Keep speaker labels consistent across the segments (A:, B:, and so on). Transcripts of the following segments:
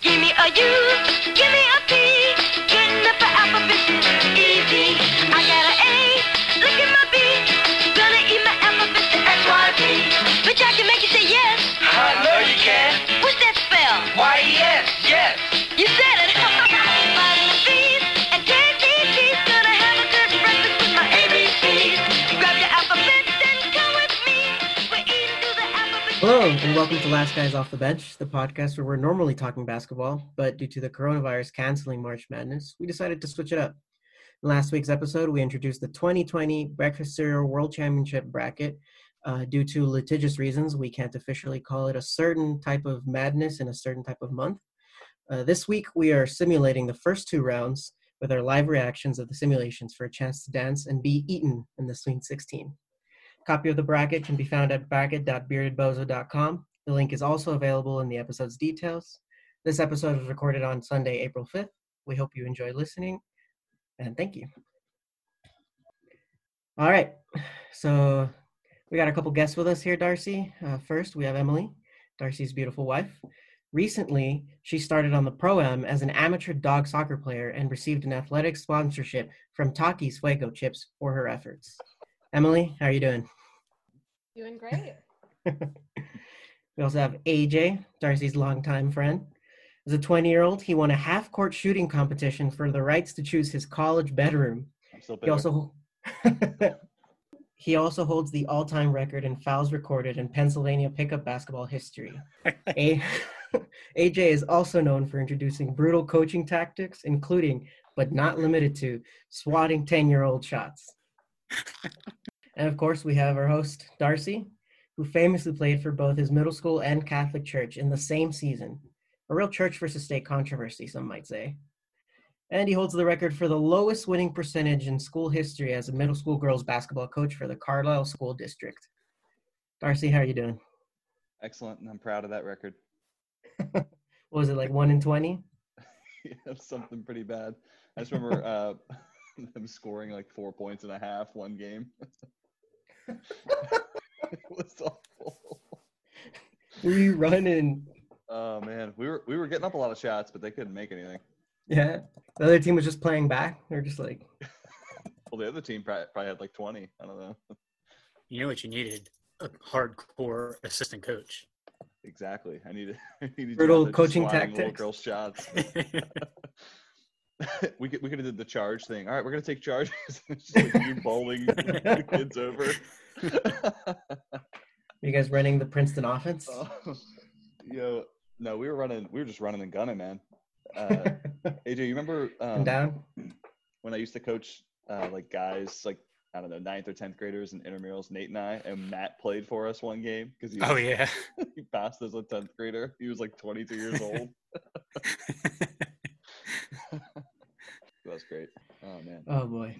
A: Give me a U, give me a P, getting up an alphabet is easy. I got an A, look at my B, gonna eat my alphabet to SYP. Bitch, I can make you say yes.
B: I know you can.
A: What's that spell?
B: Why, yes, yes.
A: You said it. Vitamin B's and KTT's gonna have a good breakfast with my ABCs. Grab your alphabet and come with me. We're eating through the alphabet.
C: Hello, and welcome to Last Guys Off the Bench, the podcast where we're normally talking basketball, but due to the coronavirus canceling March Madness, we decided to switch it up. In last week's episode, we introduced the 2020 Breakfast Cereal World Championship bracket. Uh, due to litigious reasons, we can't officially call it a certain type of madness in a certain type of month. Uh, this week, we are simulating the first two rounds with our live reactions of the simulations for a chance to dance and be eaten in the Sweet 16. Copy of the bracket can be found at bracket.beardedbozo.com. The link is also available in the episode's details. This episode was recorded on Sunday, April 5th. We hope you enjoy listening and thank you. All right, so we got a couple guests with us here, Darcy. Uh, first, we have Emily, Darcy's beautiful wife. Recently, she started on the Pro Am as an amateur dog soccer player and received an athletic sponsorship from Takis Fuego Chips for her efforts. Emily, how are you doing?
D: Doing great.
C: We also have AJ, Darcy's longtime friend. As a 20 year old, he won a half court shooting competition for the rights to choose his college bedroom.
E: I'm still
C: He
E: bitter.
C: also he also holds the all time record in fouls recorded in Pennsylvania pickup basketball history. a- AJ is also known for introducing brutal coaching tactics, including but not limited to swatting 10 year old shots. and of course, we have our host, Darcy, who famously played for both his middle school and Catholic church in the same season. A real church versus state controversy, some might say. And he holds the record for the lowest winning percentage in school history as a middle school girls basketball coach for the Carlisle School District. Darcy, how are you doing?
E: Excellent, and I'm proud of that record.
C: What was it like one in twenty?
E: Yeah, something pretty bad. I just remember uh, them scoring like four points and a half one game. it was awful.
C: Were you running?
E: Oh man, we were we were getting up a lot of shots, but they couldn't make anything.
C: Yeah. The other team was just playing back. They're just like,
E: Well, the other team probably, probably had like 20. I don't know
F: You knew what you needed a hardcore assistant coach.
E: exactly. I needed I needed
C: Brutal
E: Giannis just
C: coaching
E: swatting Little
C: tactics.
E: girl shots. we could we could have did the charge thing. All right, we're gonna take charges. It's just like you bowling kids over.
C: you guys running the Princeton offense?
E: Oh, Yo, no, we were running. We were just running and gunning, man. Uh, AJ, you remember
C: I'm
E: um,
C: down.
E: when I used to coach uh, like guys, like I don't know, ninth or tenth graders in intramurals, Nate and I, and Matt played for us one game because he,
F: oh yeah.
E: he passed as a tenth grader. He was like 22 years old. That was great. Oh man,
C: Oh boy.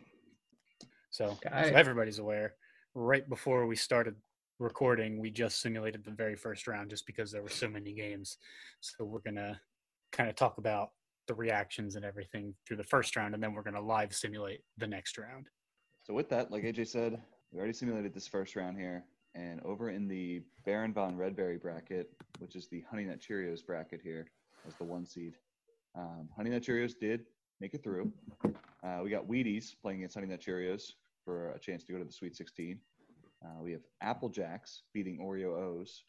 F: so, so
C: Guy.
F: everybody's aware. Right before we started recording, we just simulated the very first round just because there were so many games. So we're gonna kind of talk about the reactions and everything through the first round, and then we're gonna live simulate the next round.
E: So with that, like AJ said, we already simulated this first round here, and over in the Baron von Redberry bracket, which is the Honey Nut Cheerios bracket here, as the one seed. Um, Honey Nut Cheerios did make it through. Uh, we got Wheaties playing against Honey Nut Cheerios for a chance to go to the Sweet 16. Uh, we have Apple Jacks beating Oreo O's,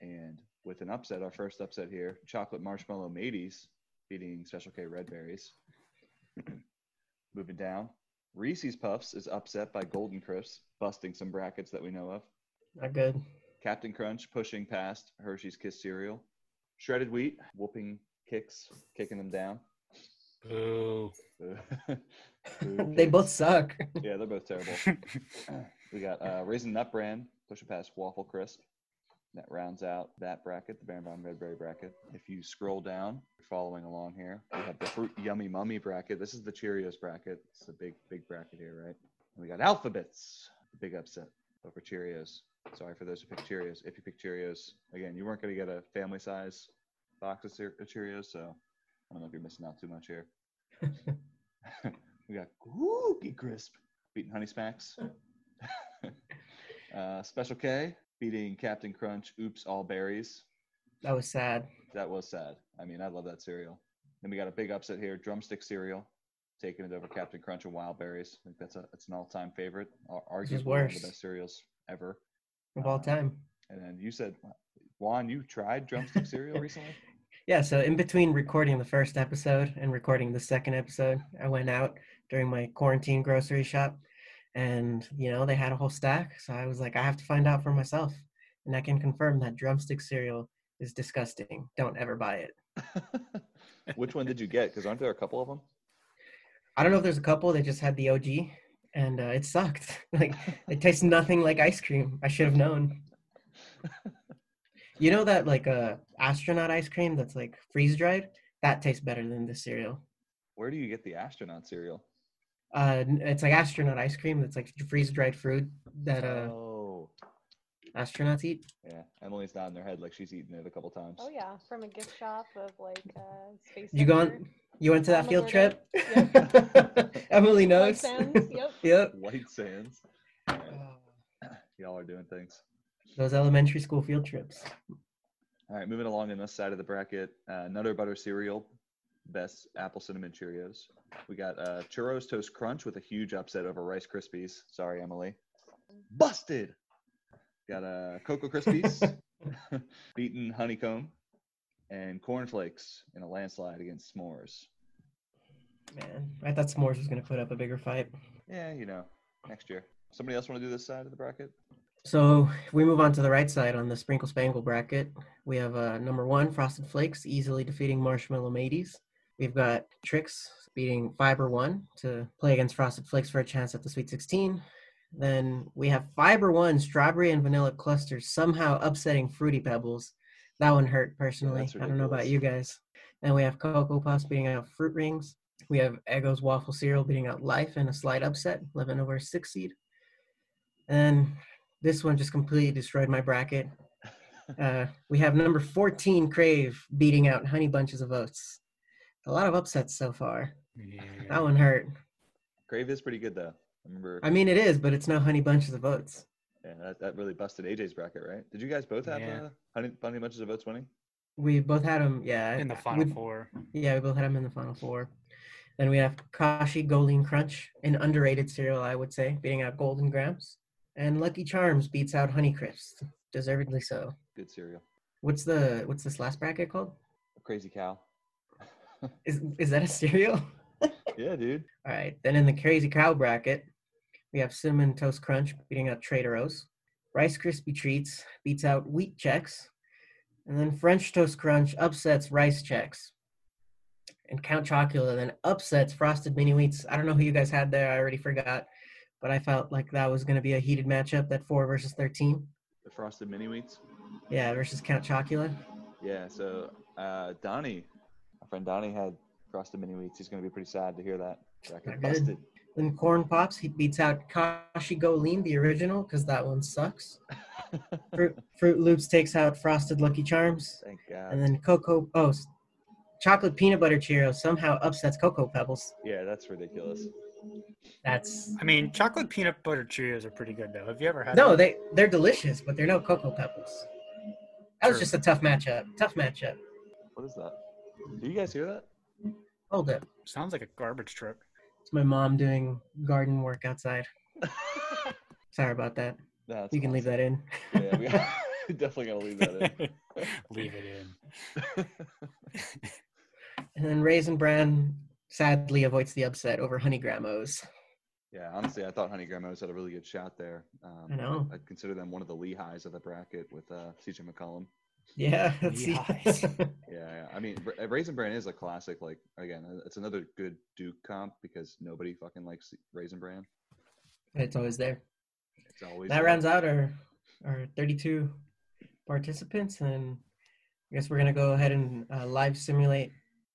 E: and with an upset, our first upset here, Chocolate Marshmallow Mateys beating Special K Redberries. Moving down, Reese's Puffs is upset by Golden Crisps, busting some brackets that we know of.
C: Not good.
E: Captain Crunch pushing past Hershey's Kiss cereal. Shredded Wheat whooping kicks, kicking them down.
F: Ooh.
E: Boo
C: They
E: kicks.
C: both suck.
E: Yeah, they're both terrible. we got uh, Raisin Nut Brand pushing past Waffle Crisp. That rounds out that bracket, the Baron von Redberry bracket. If you scroll down, you're following along here, we have the Fruit Yummy Mummy bracket. This is the Cheerios bracket. It's a big, big bracket here, right? And we got Alphabets, the big upset over Cheerios. Sorry for those who picked Cheerios. If you picked Cheerios, again, you weren't going to get a family size box of Cheer- of Cheerios, so I don't know if you're missing out too much here. we got Cookie Crisp beating Honey Smacks. uh, Special K beating Captain Crunch. Oops, all berries.
C: That was sad.
E: that was sad. I mean, I love that cereal. Then we got a big upset here, drumstick cereal, taking it over Captain Crunch and Wild Berries. I think that's a that's an all time favorite. Ar-
C: is
E: Arguably one of
C: worse.
E: the best cereals ever.
C: of all
E: Um,
C: time.
E: And then you said, Juan, you tried drumstick cereal recently?
C: Yeah, so in between recording the first episode and recording the second episode, I went out during my quarantine grocery shop and, you know, they had a whole stack. So I was like, I have to find out for myself. And I can confirm that drumstick cereal is disgusting. Don't ever buy it.
E: Which one did you get? Because aren't there a couple of them?
C: I don't know if there's a couple that just had the OG and uh, it sucked. like, it tastes nothing like ice cream. I should have known. You know that, like, uh, astronaut ice cream that's like freeze dried? That tastes better than this cereal.
E: Where do you get the astronaut cereal?
C: uh n- it's like astronaut ice cream that's like freeze dried fruit that uh
E: oh,
C: astronauts eat
E: yeah. Emily's nodding her head like she's eaten it a couple times.
D: Oh yeah, from a gift shop of like uh, space.
C: you
D: Center.
C: gone you went to that
D: Mama
C: field
D: ordered-
C: trip
D: Yep.
C: emily
D: White
C: knows
D: Sands, yep.
C: yep
E: White Sands.
C: Uh,
E: Yeah, y'all are doing things.
C: those elementary school field trips
E: All right, moving along in this side of the bracket, uh, Nutter Butter cereal, best apple cinnamon Cheerios. We got uh, Churros Toast Crunch with a huge upset over Rice Krispies. Sorry, Emily. Busted. Got uh, Cocoa Krispies, beaten honeycomb, and cornflakes in a landslide against s'mores.
C: man i thought s'mores was going to put up a bigger fight
E: Yeah, you know, next year. Somebody else want to do this side of the bracket?
C: so if we move on to the right side on the sprinkle spangle bracket we have uh number one frosted flakes easily defeating marshmallow mateys we've got tricks beating fiber one to play against frosted flakes for a chance at the sweet 16 Then we have Fiber One, strawberry and vanilla clusters, somehow upsetting Fruity Pebbles. That one hurt personally.
E: that's
C: I don't know about
E: ridiculous.
C: you guys. And we have Cocoa Puffs beating out Fruit Rings. We have Eggo's Waffle Cereal beating out Life in a slight upset, 11 over 6 seed. And this one just completely destroyed my bracket. Uh, we have number 14, Crave, beating out Honey Bunches of Oats. A lot of upsets so far.
F: Yeah.
C: That one hurt.
E: Crave is pretty good, though. I remember
C: I mean, it is, but it's no Honey Bunches of Oats.
E: yeah, that, that really busted AJ's bracket, right? Did you guys both have
F: Yeah.
E: uh, honey, honey bunches of oats winning?
C: We both had them, yeah.
F: In the
C: we-
F: final four.
C: Yeah, we both had them in the final four. Then we have Kashi Golden Crunch, an underrated cereal, I would say, beating out Golden Grams. And Lucky Charms beats out Honeycrisp, deservedly so.
E: Good cereal.
C: What's the what's this last bracket called?
E: A crazy cow.
C: Is is that a cereal?
E: yeah, dude.
C: All right. Then in the Crazy Cow bracket, we have Cinnamon Toast Crunch beating out Trader O's. Rice Krispie Treats beats out Wheat Checks. And then French Toast Crunch upsets Rice Checks. And Count Chocula then upsets Frosted Mini Wheats. I don't know who you guys had there. I already forgot. But I felt like that was going to be a heated matchup, that 4 versus 13.
E: The frosted mini wheats.
C: Yeah, versus Count Chocula.
E: Yeah. So uh, Donnie, our friend Donnie had frosted mini wheats. He's gonna be pretty sad to hear that. Bracket
C: Not good.
E: busted.
C: Then Corn Pops, he beats out Kashi Golean, the original, because that one sucks. Fruit, Fruit Loops takes out Frosted Lucky Charms.
E: Thank
C: And
E: God.
C: then Cocoa, oh, s- chocolate peanut butter Cheerios somehow upsets Cocoa Pebbles.
E: Yeah, that's ridiculous.
C: That's
F: I mean, chocolate peanut butter Cheerios are pretty good though. Have you ever had?
C: no,
F: them?
C: they they're delicious, but they're no Cocoa Pebbles. That was
F: True.
C: just a tough matchup. Tough matchup.
E: What is that? Do you guys hear that?
C: Hold up,
F: sounds like a garbage truck.
C: it's my mom doing garden work outside. Sorry about that.
E: No, that's
C: you can leave that in.
E: awesome. Yeah, we we definitely gotta leave that in.
F: Leave it in.
C: And then Raisin Bran sadly avoids the upset over Honey Grammos.
E: Yeah, honestly, I thought Honey Grandma's had a really good shot there. Um,
C: I know.
E: I'd consider them one of the Lehighs of the bracket with uh, CJ McCollum.
C: Yeah, that's
F: Yikes.
E: Yeah, yeah. I mean, Ra- Raisin Bran is a classic. Like again, uh, it's another good Duke comp because nobody fucking likes Raisin Bran.
C: it's always there.
E: It's always
C: that
E: there.
C: rounds out our our 32 participants and i guess we're going to go ahead and uh, live simulate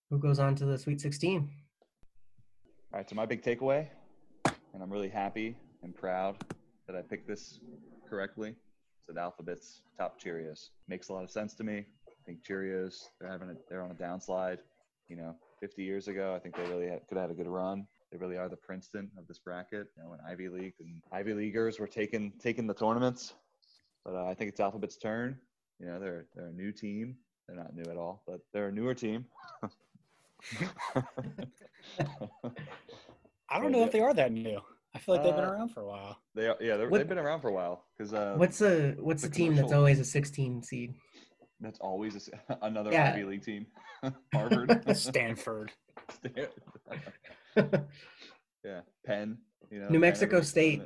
C: who goes on to the sweet 16
E: All right, so my big takeaway, and I'm really happy and proud that I picked this correctly. Is that Alphabet's top Cheerios makes a lot of sense to me. I think Cheerios they're having a, they're on a downslide. You know, 50 years ago, I think they really had, could have had a good run. They really are the Princeton of this bracket. You know, when Ivy League and Ivy Leaguers were taking taking the tournaments, but uh, I think it's Alphabet's turn. You know, they're they're a new team. They're not new at all, but they're a newer team.
F: I
E: Yeah,
F: don't know if
E: they-
F: they are that new. I feel like they've been
E: Uh,
F: around for a while.
E: they are, yeah, they're,
C: What-
E: they've been around for a while because uh,
C: What's a what's
E: the
C: a team that's
E: commercial-
C: always a 16 seed?
E: that's always a s another
C: Yeah.
E: Ivy League team, Harvard,
F: Stanford.
E: yeah, Penn, you know,
C: New
E: Penn
C: Mexico
E: every-
C: State.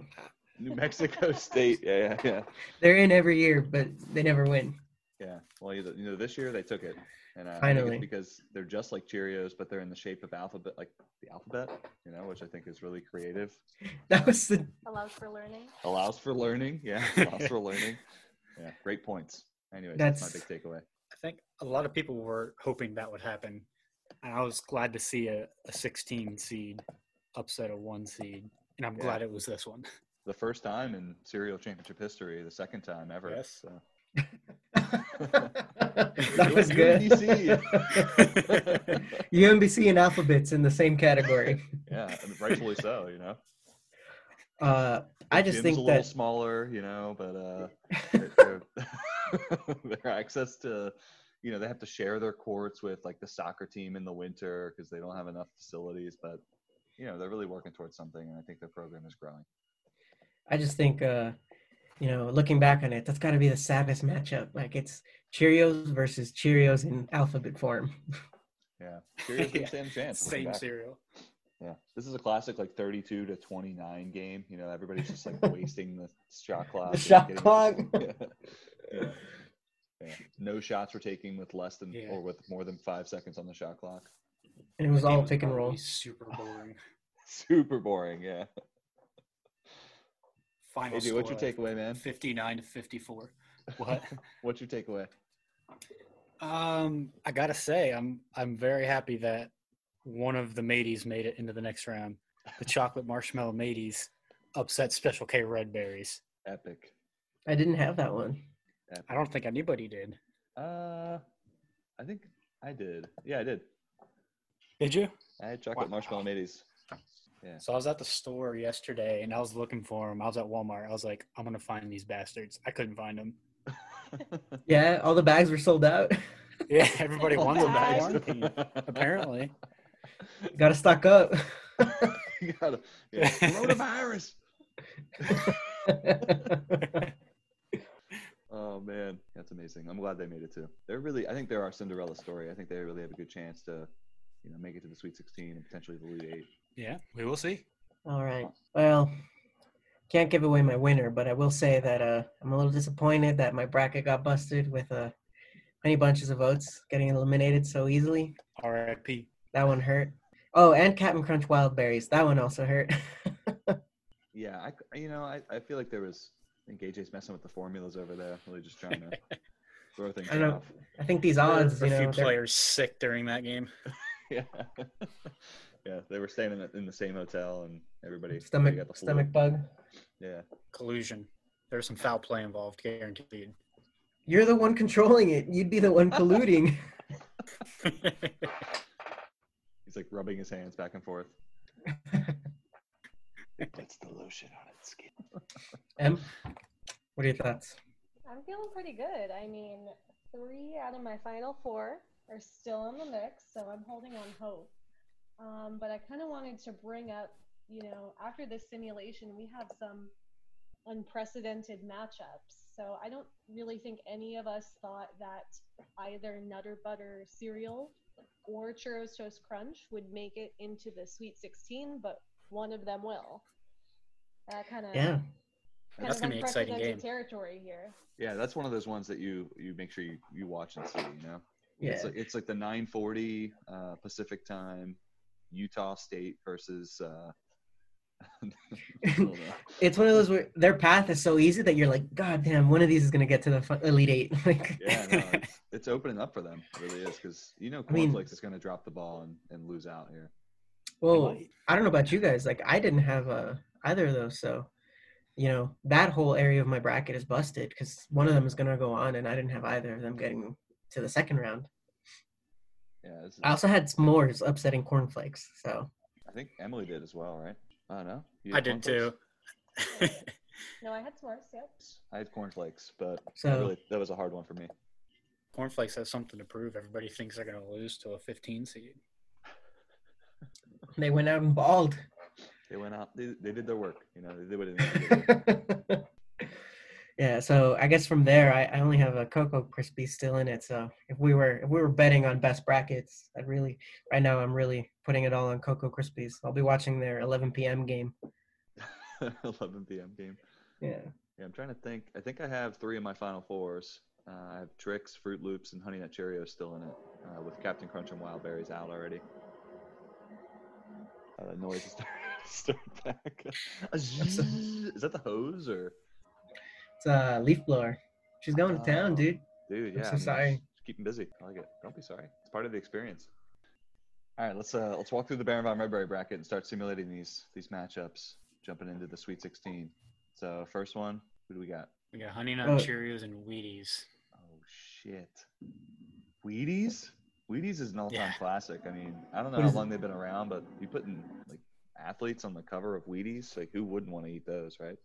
E: New Mexico State, yeah, yeah, yeah.
C: They're in every year, but they never win.
E: Yeah. Well, you you know, this year they took it, and uh, I think
C: Finally.
E: it's because they're just like Cheerios, but they're in the shape of alphabet, like the alphabet, you know, which I think is really creative.
C: That was the
D: Allows for learning.
E: Allows for learning. Yeah, allows for learning. Yeah, great points. Anyway, that's,
C: That's-
E: my big takeaway.
F: I think a lot of people were hoping that would happen. And I was glad to see a, a 16 seed upset a one seed. And I'm
E: Yeah.
F: glad it was this one.
E: The first time in serial championship history, the second time ever.
F: Yes.
E: So.
C: that was
E: U-
C: good.
E: UMBC.
C: UMBC and Alphabets in the same category.
E: yeah, and rightfully so. You know,
C: Uh, I just
E: Gym's a
C: think
E: little
C: that
E: smaller, you know, but uh, their, their- their access to you know they have to share their courts with like the soccer team in the winter because they don't have enough facilities but you know they're really working towards something and i think their program is growing
C: I just think, uh, you know, looking back on it, that's got to be the saddest matchup. Like it's Cheerios versus Cheerios in alphabet form.
E: yeah Cheerios didn't stand a chance looking
F: Same
E: back.
F: cereal.
E: yeah this is a classic like 32 to 29 game you know everybody's just like wasting the shot clock and
C: shot
E: getting-
C: clock.
E: yeah. Yeah. Yeah. no shots were taking with less than
F: Yeah.
E: or with more than five seconds on the shot clock
C: And it was all
F: It was
C: pick and
F: probably
C: roll.
F: Super boring.
E: super boring yeah
F: Final
E: AJ,
F: score.
E: what's your takeaway man
F: 59 to 54. What?
E: what's your takeaway
F: Um, I gotta say, I'm I'm very happy that one of the mateys made it into the next round. The chocolate marshmallow mateys upset Special K Red Berries.
E: Epic.
C: I didn't have that one.
E: Epic.
F: I don't think anybody did.
E: Uh, I think I did. Yeah, I did.
F: Did you?
E: I had chocolate
F: Wow.
E: marshmallow mateys.
F: So I was at the store yesterday and I was looking for them. I was at Walmart. I was like, I'm gonna find these bastards. I couldn't find them.
C: Yeah, all the bags were sold out.
F: Yeah, everybody
E: Oh,
F: wants them.
D: Nice.
F: Quarantine, apparently.
C: got to stock up.
E: You gotta- yeah. Coronavirus. Oh man, that's amazing. I'm glad they made it too. They're really. I think they're our Cinderella story. I think they really have a good chance to, you know, make it to the Sweet 16 and potentially the Elite Eight.
F: Yeah, we will see.
C: all right. Well, can't give away my winner, but I will say that uh, I'm a little disappointed that my bracket got busted with uh, many bunches of votes getting eliminated so easily.
F: R.I.P.
C: That one hurt. Oh, and Captain Crunch Wild Berries. That one also hurt.
E: Yeah, I, c- you know, I, I feel like there was. I think AJ's messing with the formulas over there. Really just trying to throw things
C: I know.
E: off.
C: I think these
F: There
C: odds,
F: were
C: you
F: a few
C: know, they're-
F: players sick during that game.
E: yeah, yeah. They were staying in the, in the same hotel, and everybody everybody
C: stomach
E: got the flu.
C: stomach bug.
E: Yeah,
F: Collusion. There's some foul play involved, guaranteed.
C: You're the one controlling it. You'd be the one colluding.
E: he's like rubbing his hands back and forth. Puts the lotion on its skin.
C: Em, what are your thoughts?
D: I'm feeling pretty good. I mean, three out of my final four are still in the mix, so I'm holding on hope. Um, but I kind of wanted to bring up, you know, after this simulation, we have some unprecedented matchups. So I don't really think any of us thought that either Nutter Butter cereal or Churros Toast Crunch would make it into the Sweet 16, but one of them will. That kind of
C: Yeah.
D: kind
F: That's
D: of
F: gonna be an exciting
D: unprecedented
F: game.
D: territory here.
E: Yeah, that's one of those ones that you you make sure you, you watch and see. You know,
C: Yeah.
E: it's like it's like the 9:40 uh, Pacific time, Utah State versus. Uh, I don't know.
C: It's one of those where their path is so easy that you're like, God damn, one of these is gonna get to the fi- elite eight. Like,
E: Yeah, no, it's, it's opening up for them. It really is because you know
C: I mean-
E: Cornflakes is going to drop the ball and, and lose out here.
C: well, I don't know about you guys. Like, I didn't have uh, either of those, so you know that whole area of my bracket is busted because one of them is gonna go on, and I didn't have either of them getting to the second round.
E: Yeah, this is-
C: I also had s'mores upsetting cornflakes. So
E: I think Emily did as well, right? I don't know. You
F: I
E: had
F: did too.
E: cornflakes?
D: No, I had s'mores. Yep.
E: I had cornflakes, but I
C: So-
E: really, that was a hard one for me.
F: Cornflakes has something to prove. Everybody thinks they're going to lose to a 15 seed.
C: They went out and balled.
E: They went out. They, they did their work. You know, they did what they needed to do.
C: yeah, so I guess from there, I, I only have a Cocoa Crispy still in it. So if we were if we were betting on best brackets, I'd really right now I'm really putting it all on Cocoa Krispies. I'll be watching their 11 p.m. game.
E: 11 p.m. game.
C: Yeah,
E: Yeah, I'm trying to think. I think I have three of my final fours. Uh, I have Trix, Fruit Loops, and Honey Nut Cheerios still in it, uh, with Captain Crunch and Wild Berries out already. Uh, the noise is starting start back. A zzz. is that the hose or?
C: it's a leaf blower. She's going to town,
E: Oh.
C: dude.
E: Dude, yeah.
C: so
E: I mean,
C: sorry.
E: just- just Keep them busy. I like it. Don't be sorry. It's part of the experience. All right, let's uh, let's walk through the Baron von Redberry bracket and start simulating these these matchups. Jumping into the Sweet 16. So first one, who do we got?
F: We got Honey Nut
C: Oh.
F: Cheerios and Wheaties.
E: Oh shit. Wheaties? Wheaties is an all-time
F: Yeah.
E: classic. I mean, I don't know
C: What
E: how
C: is it?
E: long they've been around, but you putting like athletes on the cover of Wheaties, like who wouldn't want to eat those, right?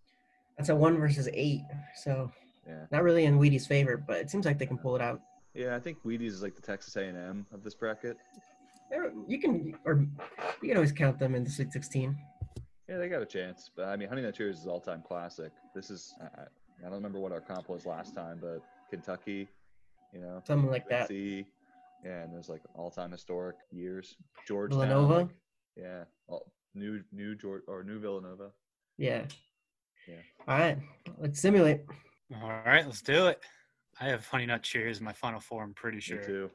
C: That's a one versus eight. So
E: Yeah.
C: not really in Wheaties' favor, but it seems like they can pull it out.
E: Yeah, I think Wheaties is like the Texas A&M of this bracket.
C: They're- You can or you can always count them in the Sweet 16.
E: Yeah, they got a chance. But I mean, Honey Nut Cheerios is all-time classic. This is I, I- I don't remember what our comp was last time, but Kentucky, you know,
C: Something like that.
E: UNC, yeah, and there's like all-time historic years. Georgetown,
C: Villanova?
E: like, yeah, all, new new George or new Villanova.
C: Yeah.
E: Yeah.
C: All right. Let's simulate.
F: All right, let's do it. I have Honey Nut Cheerios in my final four, I'm pretty
E: Me
F: sure.
E: too.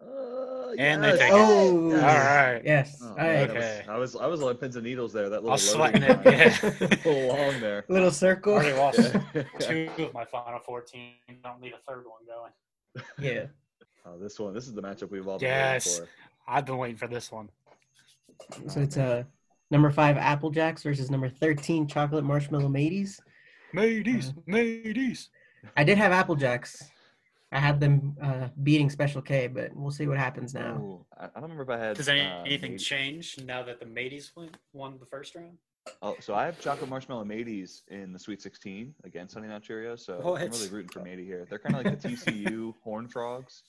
E: Uh,
F: And they take it.
C: Oh.
F: All right.
C: Yes.
E: Oh,
C: All
E: man,
C: right.
E: that
F: Okay.
E: was- I was I was on pins and needles there. That
F: I
E: little
F: was
E: loading
F: sweating it.
E: time.
F: Yeah.
E: a little long there.
C: Little circle.
F: Already lost
E: Yeah.
F: two of my final 14. Don't need a third one going.
C: Yeah.
E: Oh, this one, this is the matchup we've all been
F: Yes.
E: waiting
F: I've been waiting for this one.
C: So it's uh, number five Apple Jacks versus number thirteen Chocolate Marshmallow Mateys.
F: Mateys,
C: Uh-huh.
F: mateys.
C: I did have Apple Jacks. I had them uh, beating Special K, but we'll see what happens
E: for.
C: now.
E: Ooh, I I don't remember if I had.
F: Does any,
E: uh,
F: anything
E: Mateys-
F: change now that the mateys won, won the first round?
E: Oh, so I have chocolate marshmallow mateys in the Sweet 16 against Honey Nut Cheerios. So I'm
F: What?
E: really rooting for Matey here. They're kind of like the TCU Horn Frogs.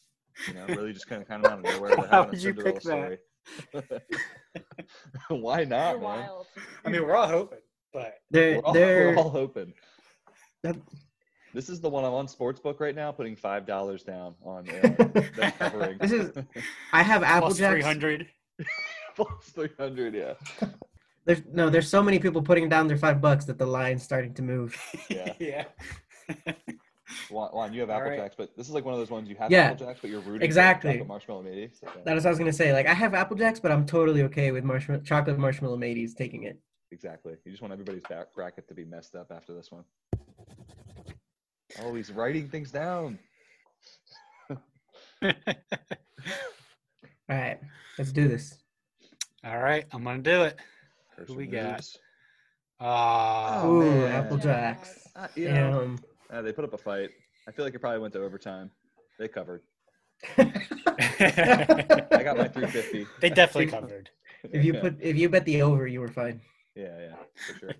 E: You know, really just kind of kind of out of nowhere. They're
F: Why
E: having a
F: would you
E: Cinderella
F: pick that?
E: story. Why
D: You're
E: not, man?
D: wild.
F: I mean, we're all hoping, but
C: They're
E: We're all,
C: they're
E: we're all open.
C: That-
E: This is the one I'm on sportsbook right now, putting five dollars down on uh, that covering.
C: This is- I have Apple
F: plus
C: Jacks.
F: 300.
E: plus three hundred. Yeah,
C: There's no there's so many people putting down their five bucks that the line's starting to move.
E: yeah.
F: yeah.
E: Juan, Juan, you have
F: All
E: Apple
F: right.
E: Jacks, but this is like one of those ones you have
C: Yeah.
E: Apple Jacks, but you're rooting
C: Exactly.
E: for chocolate marshmallow maybe. So, yeah,
C: That is what I was gonna say. Like I have Apple Jacks, but I'm totally okay with marshmallow chocolate marshmallow mateys taking it.
E: exactly. You just want everybody's back bracket to be messed up after this one. Oh, he's writing things down.
C: All right, let's do this.
F: all right, I'm going to do it.
E: Cursor
F: we got?
E: moves.
F: Uh,
E: Oh,
C: Ooh,
E: man.
C: Apple
D: Yeah.
C: Jacks.
E: Uh, you know,
C: Damn.
E: uh, they put up a fight. I feel like it probably went to overtime. They covered. Oh. I got my 350.
F: they definitely covered.
C: If you
E: Yeah.
C: put if you bet the over, you were fine.
E: Yeah, yeah, for sure.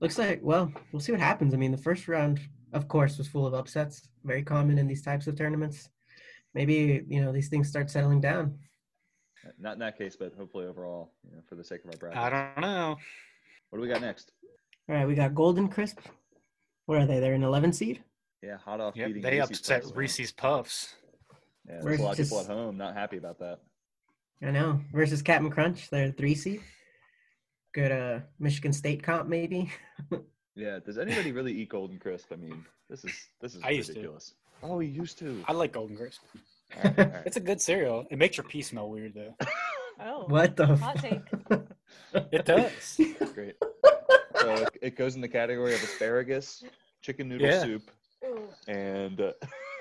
C: Looks like well, we'll see what happens. I mean, the first round, of course, was full of upsets. Very common in these types of tournaments. Maybe you know these things start settling down.
E: Not in that case, but hopefully overall, you know, for the sake of our bracket.
F: I don't know.
E: What do we got next?
C: All right, we got Golden Crisp. Where are they? They're an 11 seed.
E: Yeah, hot off
F: Yep,
E: beating
F: they
E: Reese's
F: upset
E: Puffs.
F: Reese's Puffs.
E: Yeah, there's a lot of people at
C: Reese's-
E: home not happy about that.
C: I know. Versus Captain Crunch, they're a three seed. Good uh, Michigan State comp maybe.
E: Yeah, does anybody really eat Golden Crisp? I mean, this is this is
F: I used to.
E: ridiculous. Oh, you used to.
F: I like Golden Crisp.
E: All right, all right.
F: It's a good cereal. It makes your pee smell weird though.
D: Oh.
C: What the? fuck?
D: Hot take.
F: It does.
E: Great. So it, it goes in the category of asparagus, chicken noodle
F: Yeah.
E: soup,
D: Ooh.
E: and, uh,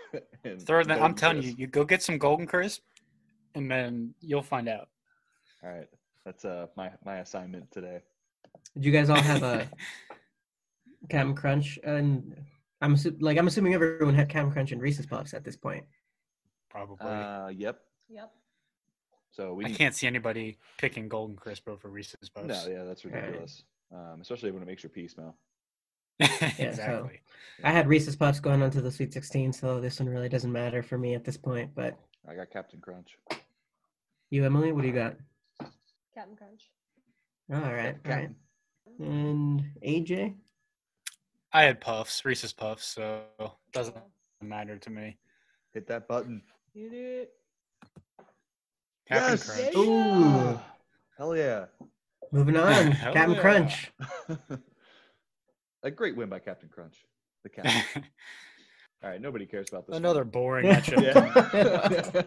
E: and
F: Throw that. I'm
E: Golden
F: telling you,
E: Crisp.
F: you go get some Golden Crisp, and then you'll find out.
E: All right, that's uh my my assignment today.
C: Did you guys all have a Captain Crunch? And I'm assu- like I'm assuming everyone had Captain Crunch and Reese's Puffs at this point.
F: Probably.
E: Uh, yep.
D: Yep.
E: So we
F: I
E: need-
F: can't see anybody picking Golden Crisp over Reese's Puffs.
E: No, yeah, that's
C: All right.
E: ridiculous. Um, especially when it makes your pee smell.
F: exactly.
C: I had Reese's Puffs going on to the Sweet 16, so this one really doesn't matter for me at this point. But
E: I got Captain Crunch.
C: you, Emily, what do you got?
D: Captain Crunch.
C: All right, all right.
E: Captain.
C: And AJ,
F: I had puffs, Reese's puffs, so it doesn't matter to me.
E: Hit that button.
D: Did it.
F: Captain
E: Yes!
F: Crunch.
C: Ooh.
E: Hell yeah.
C: moving on.
F: Hell
C: Captain
F: yeah.
C: Crunch.
E: a great win by Captain Crunch. The captain. All right, nobody cares about this. one.
F: Another boring matchup.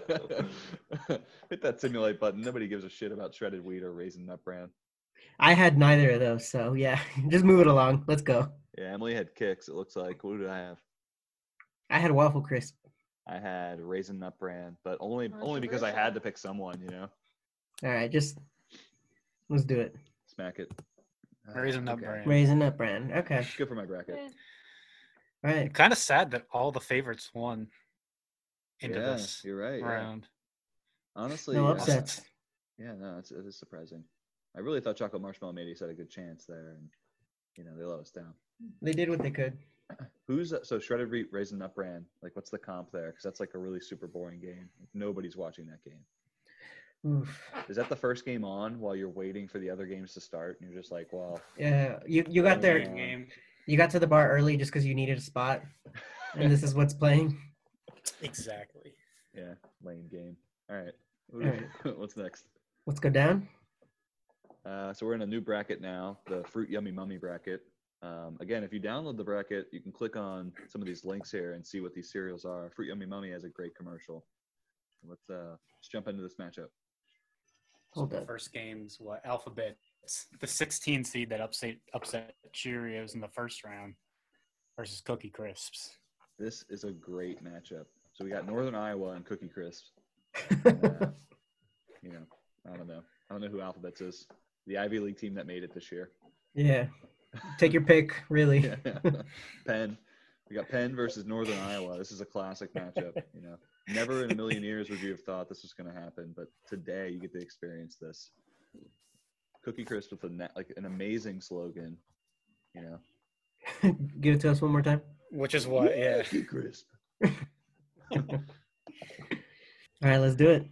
E: Yeah. Hit that simulate button. Nobody gives a shit about shredded wheat or raisin nut bran.
C: I had neither of those, so yeah, just move it along. Let's go.
E: Yeah, Emily had kicks. It looks like. What did I have?
C: I had waffle crisp.
E: I had raisin nut bran, but only only because I
D: Controversial.
E: had to pick someone. You know,
C: All right, just let's do it.
E: smack it. Uh,
F: Raisin nut bran.
C: Raisin up brand. Okay.
E: Good for my bracket.
D: Eh,
C: All right.
F: kind of sad that all the favorites won into
E: yeah,
F: this
E: you're right. yeah.
F: round.
E: Honestly,
C: No
E: uh,
C: upsets.
E: Yeah, no, it's, it is surprising. I really thought Chocolate Marshmallow Mateys had a good chance there, and you know they let us down.
C: They did what they could.
E: Who's uh, so shredded wheat raisin nut bran? Like, what's the comp there? Because that's like a really super boring game. Like, nobody's watching that game.
C: Oof.
E: Is that the first game on while you're waiting for the other games to start? And you're just like, well,
C: Yeah, you you
F: Oh,
C: got there.
E: Yeah.
F: Game.
C: You got to the bar early just because you needed a spot, and this is what's playing.
F: Exactly.
E: yeah, lame game. All right,
C: Alright.
E: what's next?
C: Let's go down.
E: Uh, so we're in a new bracket now, the fruit yummy mummy bracket. Um, again, if you download the bracket, you can click on some of these links here and see what these cereals are. Fruit yummy mummy has a great commercial. Let's uh, let's jump into this matchup.
C: Hold
F: the
C: up.
F: First game's what alphabet? It's the 16 seed that upset upset Cheerios in the first round versus Cookie Crisps.
E: This is a great matchup. So we got Northern Iowa and Cookie Crisp. And, uh, you know, I don't know. I don't know who Alphabets is. The Ivy League team that made it this year.
C: Yeah, take your pick. Really.
E: Yeah. Penn. We got Penn versus Northern Iowa. This is a classic matchup. You know, never in a million years would you have thought this was going to happen, but today you get to experience this. Cookie Crisp with a na- like an amazing slogan. You know,
C: Give it to us one more time.
F: Which is what? Yeah.
E: Cookie Crisp.
C: All right, let's do it.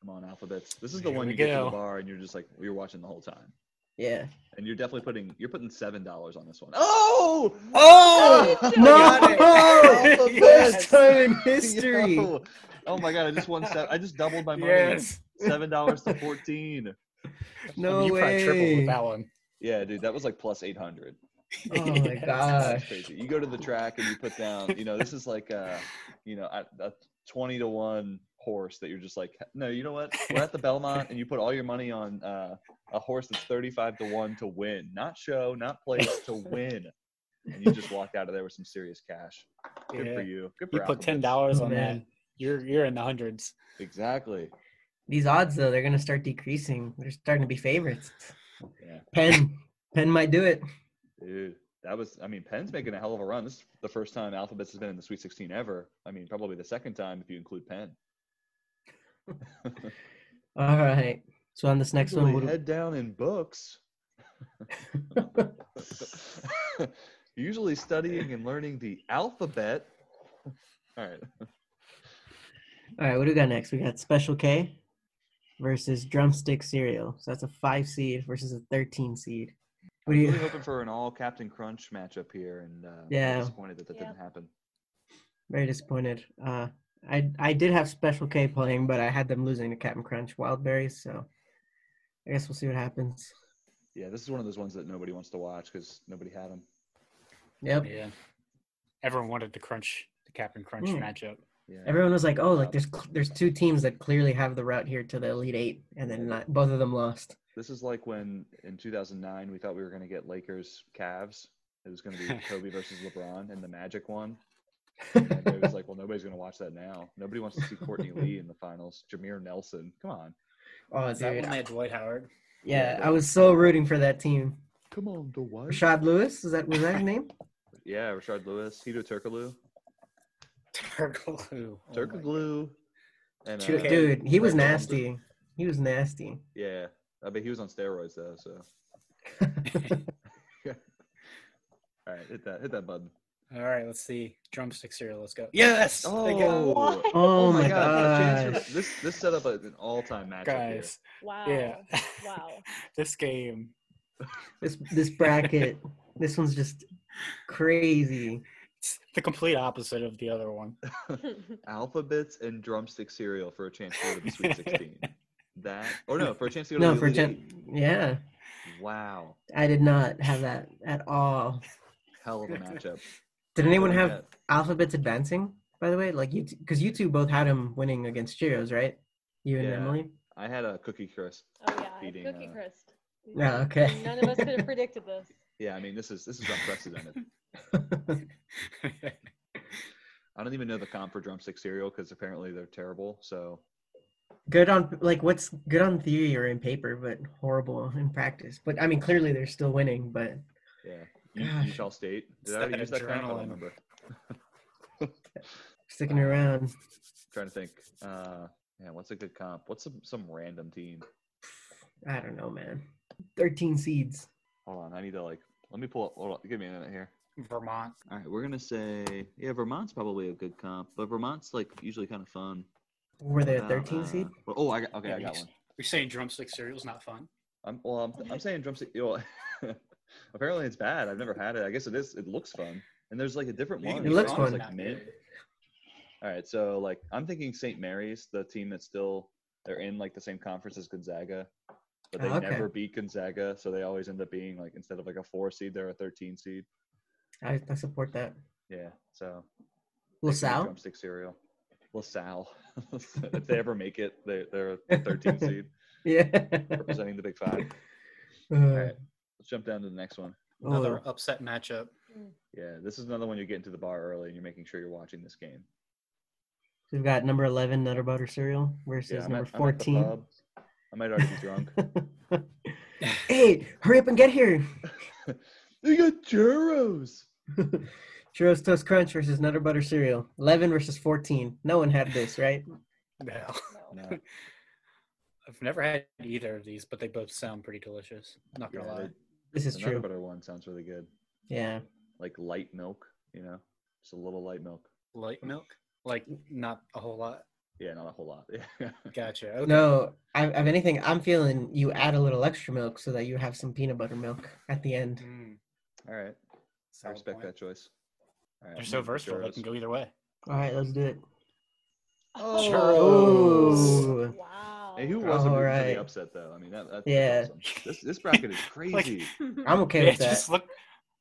E: Come on, Alphabets. This is the
F: Here
E: one
F: we
E: you get to
F: go.
E: the bar and you're just like you're watching the whole time.
C: Yeah.
E: And you're definitely putting you're putting seven dollars on this one. Oh,
F: Oh
C: No! First time in history.
E: Yo. Oh my god, I just won seven I just doubled my money.
F: Yes.
E: Seven dollars to fourteen.
C: No
F: you probably tripled
C: way.
F: with that one.
E: Yeah, dude, that was like plus eight hundred.
C: Oh my
F: Yes.
E: That's
C: gosh.
E: crazy. You go to the track and you put down. You know, this is like a, you know, a, a twenty to one horse that you're just like, no, you know what? We're at the Belmont and you put all your money on uh, a horse that's thirty five to one to win, not show, not place, to win. And you just walked out of there with some serious cash. Good
F: Yeah.
E: for you. Good for
F: You put
E: Alphabets.
F: ten dollars
C: Oh,
F: on that.
C: man.
F: You're you're in the hundreds.
E: Exactly.
C: These odds though, they're gonna start decreasing. They're starting to be favorites.
E: Yeah.
C: Penn. Penn might do it.
E: Dude, that was, I mean, Penn's making a hell of a run. This is the first time Alphabets has been in the Sweet 16 ever. I mean, probably the second time if you include Penn.
C: All right. So on this next one,
E: Usually
C: what do-
E: head down in books. Usually studying and learning the alphabet. All right.
C: all right, what do we got next? We got Special K versus Drumstick Cereal. So that's a five seed versus a thirteen seed. What do
E: I'm
C: you?
E: really hoping for an all Captain Crunch matchup here, and uh, I'm
C: Yeah.
E: disappointed that that
D: Yeah.
E: didn't happen.
C: Very disappointed. Uh, I I did have Special K playing, but I had them losing to Captain Crunch Wildberries. So I guess we'll see what happens.
E: Yeah, this is one of those ones that nobody wants to watch because nobody had them.
C: Yep.
F: Yeah. Everyone wanted the crunch, the Captain Crunch
C: Yeah.
F: matchup.
E: Yeah.
C: Everyone was like, "Oh, like there's cl- there's two teams that clearly have the route here to the Elite Eight, and then not, both of them lost."
E: This is like when in 2009 we thought we were going to get Lakers Cavs. It was going to be Kobe versus LeBron and the Magic one. And it was like, well, nobody's going to watch that now. Nobody wants to see Courtney Lee in the finals. Jameer Nelson, come on,
C: Oh, dude.
F: had Dwight Howard?
C: Yeah, I was so rooting for that team.
E: come on, Dwight.
C: Rashad Lewis is that was that his name?
E: yeah, Richard Lewis, Hito Turkoglu,
F: Turkaloo.
E: Turkoglu, and uh,
C: Dude, Dude, he was
E: Greg Olmsted.
C: nasty. He was nasty.
E: Yeah, I mean he was on steroids though. So All right, hit that hit that button.
F: All right, let's see. Drumstick cereal. Let's go. Yes, They got-
E: Oh,
D: What?
C: Oh, my
E: a
C: god.
E: chance for- this this set up a- an all time matchup. here.
F: guys,
D: Oh,
G: Wow.
F: Yeah.
G: Wow.
F: this game.
C: This this bracket. this one's just crazy.
F: It's the complete opposite of the other one.
D: Oh,
E: alphabets and drumstick cereal for a chance to go to the Sweet 16. that or no, for a chance to go to
C: No,
E: the
C: for
E: Elite
C: gen- yeah.
E: Eight. Wow,
C: I did not have that at all.
E: hell of a matchup.
C: Did anyone have
E: Yeah.
C: alphabets advancing? By the way, like you, because you two both had him winning against Cheerios, right? You and
E: Yeah.
C: Emily.
E: I had a cookie crisp.
G: Oh yeah.
E: Beating,
G: Cookie
E: uh,
G: Crisp.
C: Yeah, okay.
G: None of us could have predicted this.
E: Yeah, I mean this is this is unprecedented. I don't even know the comp for drumstick cereal because apparently they're terrible. So
C: good on like what's good on theory or in paper, but horrible in practice. But I mean, clearly they're still winning. But
E: yeah, you,
C: Gosh.
E: Utah State.
F: It's
E: Did I already
F: that
E: use that comp? I don't
F: adrenaline.
E: remember.
C: sticking around,
E: trying to think. Uh, yeah, what's a good comp? What's some some random team?
C: I don't know, man. Thirteen seeds.
E: Hold on, I need to like. Let me pull up. Hold on, give me a minute here.
F: Vermont.
E: All right, we're gonna say yeah. Vermont's probably a good comp, but Vermont's like usually kind of fun.
C: Were they a
E: About,
C: thirteen
E: uh,
C: seed?
E: well- oh, I got, okay,
F: Yeah,
E: I got
F: you-
E: one.
F: You're saying drumstick cereal's not fun?
E: I'm well. I'm, I'm saying drumstick. Well, apparently it's bad. I've never had it. I guess it is. It looks fun, and there's like a different one.
C: It looks
E: Vermont's,
C: fun.
E: Like mint. All right, so like I'm thinking St. Mary's, the team that's still they're in like the same conference as Gonzaga, but they
C: Oh, okay.
E: never beat Gonzaga, so they always end up being like instead of like a four seed, they're a thirteen seed.
C: I, I support that.
E: Yeah, so They can make
C: LaSalle.
E: Drumstick cereal. LaSalle. if they ever make it, they're, they're a 13 seed
C: Yeah.
E: representing the Big Five.
C: Uh,
E: Let's jump down to the next one.
F: Another
C: oh,
F: upset matchup.
E: Yeah, this is another one you get into the bar early and you're making sure you're watching this game.
C: we've got number eleven Nutter Butter cereal versus
E: Yeah, I'm at-
C: number
E: I'm at the
C: fourteen.
E: pub. I might already be drunk.
C: hey, hurry up and get here.
E: they got churros.
C: Churros Toast Crunch versus Nutter Butter cereal. Eleven versus fourteen. No one had this, right?
F: No.
G: No.
E: No,
F: I've never had either of these, but they both sound pretty delicious. Not gonna
E: Yeah,
F: lie.
E: they-
C: This is
E: the Nutter
C: true.
E: Butter one sounds really good.
C: Yeah.
E: Like light milk, you know? Just a little light milk.
F: Light milk? Like not a whole lot.
E: Yeah, not a whole lot.
F: Gotcha. Okay.
C: No, I, if anything, I'm feeling you add a little extra milk so that you have some peanut butter milk at the end.
F: Mm,
E: All right. I
F: solid
E: respect
F: point.
E: that choice. All right,
F: They're
E: I'm
F: so
E: gonna go
F: versatile. They
E: churros.
F: can go either way.
C: All right, let's do it.
E: Oh.
C: Ooh.
G: Wow.
E: Hey, who wasn't
C: All
E: rooting for
C: Oh, right.
E: the upset though? I mean, that, that's
C: Yeah.
E: awesome. This this bracket is crazy.
C: I'm okay
F: yeah,
C: with that.
F: just look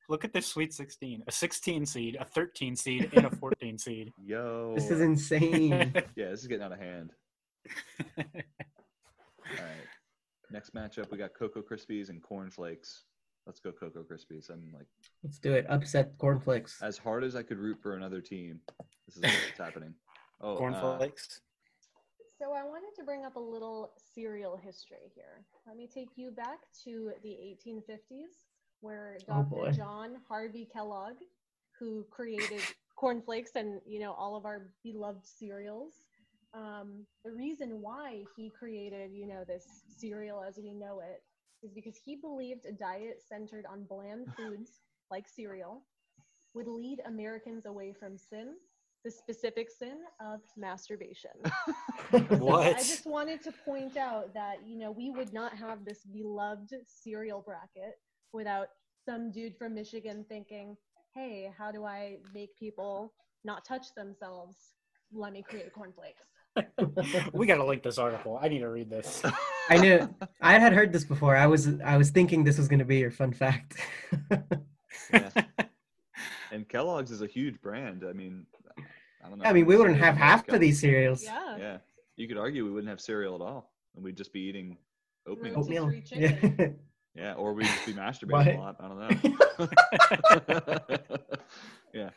F: look at this sweet 16 a 16 seed a 13 seed and a 14 seed
E: Yo,
C: This is insane.
E: yeah, this is getting out of hand. All right, next matchup we got Cocoa Krispies and Corn Flakes. Let's go Cocoa Krispies. I'm like
C: let's do it. Upset cornflakes.
E: as hard as I could root for another team. This is what's happening. Oh, uh,
F: cornflakes
D: So I wanted to bring up a little cereal history here. Let me take you back to the 1850s, where
C: Oh,
D: Dr.
C: boy.
D: John Harvey Kellogg, who created Corn Flakes and you know all of our beloved cereals, um, the reason why he created you know this cereal as we know it is because he believed a diet centered on bland foods like cereal would lead Americans away from sin, the specific sin of masturbation. I
F: what
D: just wanted to point out that, you know, we would not have this beloved cereal bracket without some dude from Michigan thinking, hey, how do I make people not touch themselves? Let me create cornflakes.
F: we gotta link this article i need to read this
C: I knew I had heard this before. I was I was thinking this was going to be your fun fact.
E: yeah. And Kellogg's is a huge brand. I mean, I don't know.
C: I mean, we wouldn't have
E: Cereal
C: half of
E: Kellogg's.
C: these cereals.
D: Yeah.
E: Yeah, you could argue we wouldn't have cereal at all, and we'd just be eating oatmeal.
D: Roasted
C: Oatmeal.
D: free
C: Yeah.
E: Yeah, or we just be
C: What?
E: masturbating a lot. I don't know. yeah.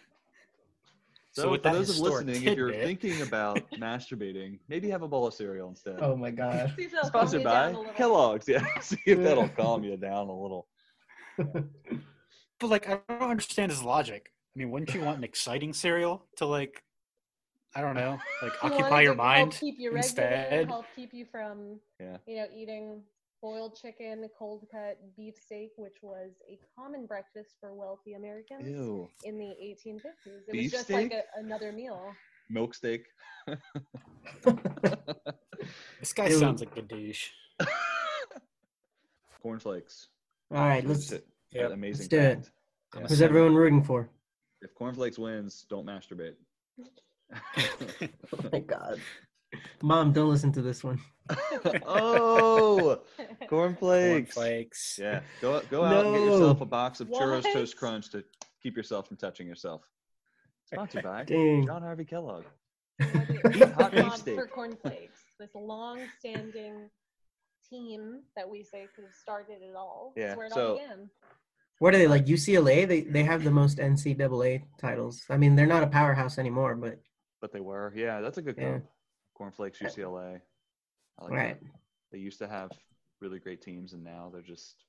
E: So,
F: So
E: for
F: with that
E: those of
F: historic
E: listening, if you're
F: tidbit-
E: thinking about masturbating, maybe have a bowl of cereal instead.
C: oh my god.
D: See if they'll calm
E: Sponsored
D: you down
E: by
D: a little.
E: Kellogg's. Yeah, see if that'll calm you down a little.
F: but like i don't understand his logic i mean wouldn't you want an exciting cereal to like i don't know like
D: You
F: occupy
D: wanted
F: your
D: to
F: mind
D: Help keep you
F: instead.
D: regulated. Help keep you from,
E: Yeah.
D: you know, eating boiled chicken, cold cut beefsteak, which was a common breakfast for wealthy Americans
E: Ew.
D: in the 1850s. It
E: Beef
D: was just like a, another meal.
E: Milk steak.
F: This guy
C: Dude.
F: sounds like a douche.
E: Cornflakes.
C: All right, let's.
E: Shit.
F: Yep.
E: Amazing.
C: Let's do it.
E: fact.
F: I'm
E: Yeah.
F: a
C: Who's everyone rooting for?
E: If cornflakes wins, don't masturbate.
C: Oh my God. Mom, don't listen to this one.
E: oh, cornflakes.
F: Cornflakes.
E: Yeah, go go out and get
C: No.
E: yourself a box of churros
D: What?
E: toast crunch to keep yourself from touching yourself. Sponsored by
C: Dang.
E: John Harvey Kellogg.
D: Eat
E: hot beefsteak.
D: For cornflakes, this long-standing team that we say could have started it all. It's
E: Yeah,
D: where it
E: so-
D: all began.
C: What are they like? UCLA? They they have the most NCAA titles. I mean, they're not a powerhouse anymore, but
E: But they were, yeah, that's a good
C: Yeah.
E: comp. Cornflakes UCLA. I like
C: right,
E: that. They used to have really great teams, and now they're just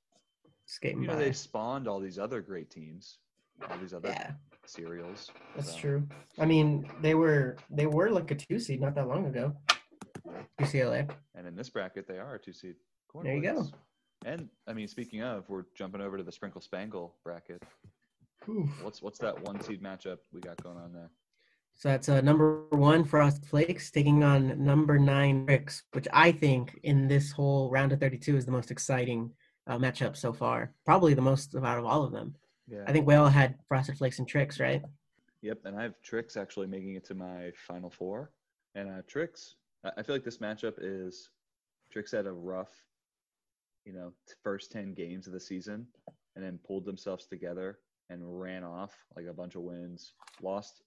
C: skating
E: you know
C: by.
E: they spawned all these other great teams, all these other
C: yeah,
E: cereals.
C: that's
E: so-
C: true. I mean, they were they were like a two seed not that long ago. UCLA.
E: And in this bracket, they are a two seed.
C: There you go.
E: Cornflakes. And I mean, speaking of, we're jumping over to the Sprinkle Spangle bracket.
C: Oof.
E: What's what's that one seed matchup we got going on there?
C: So that's uh, number one, Frost Flakes, taking on number nine, Ricks, which I think in this whole round of 32 is the most exciting uh, matchup so far. Probably the most of- out of all of them.
E: Yeah.
C: I think we all had Frosted Flakes and Tricks, right?
E: Yep, and I have Tricks actually making it to my final four. And uh, Tricks, I I feel like this matchup is Tricks had a rough, you know, t- first 10 games of the season and then pulled themselves together and ran off like a bunch of wins, lost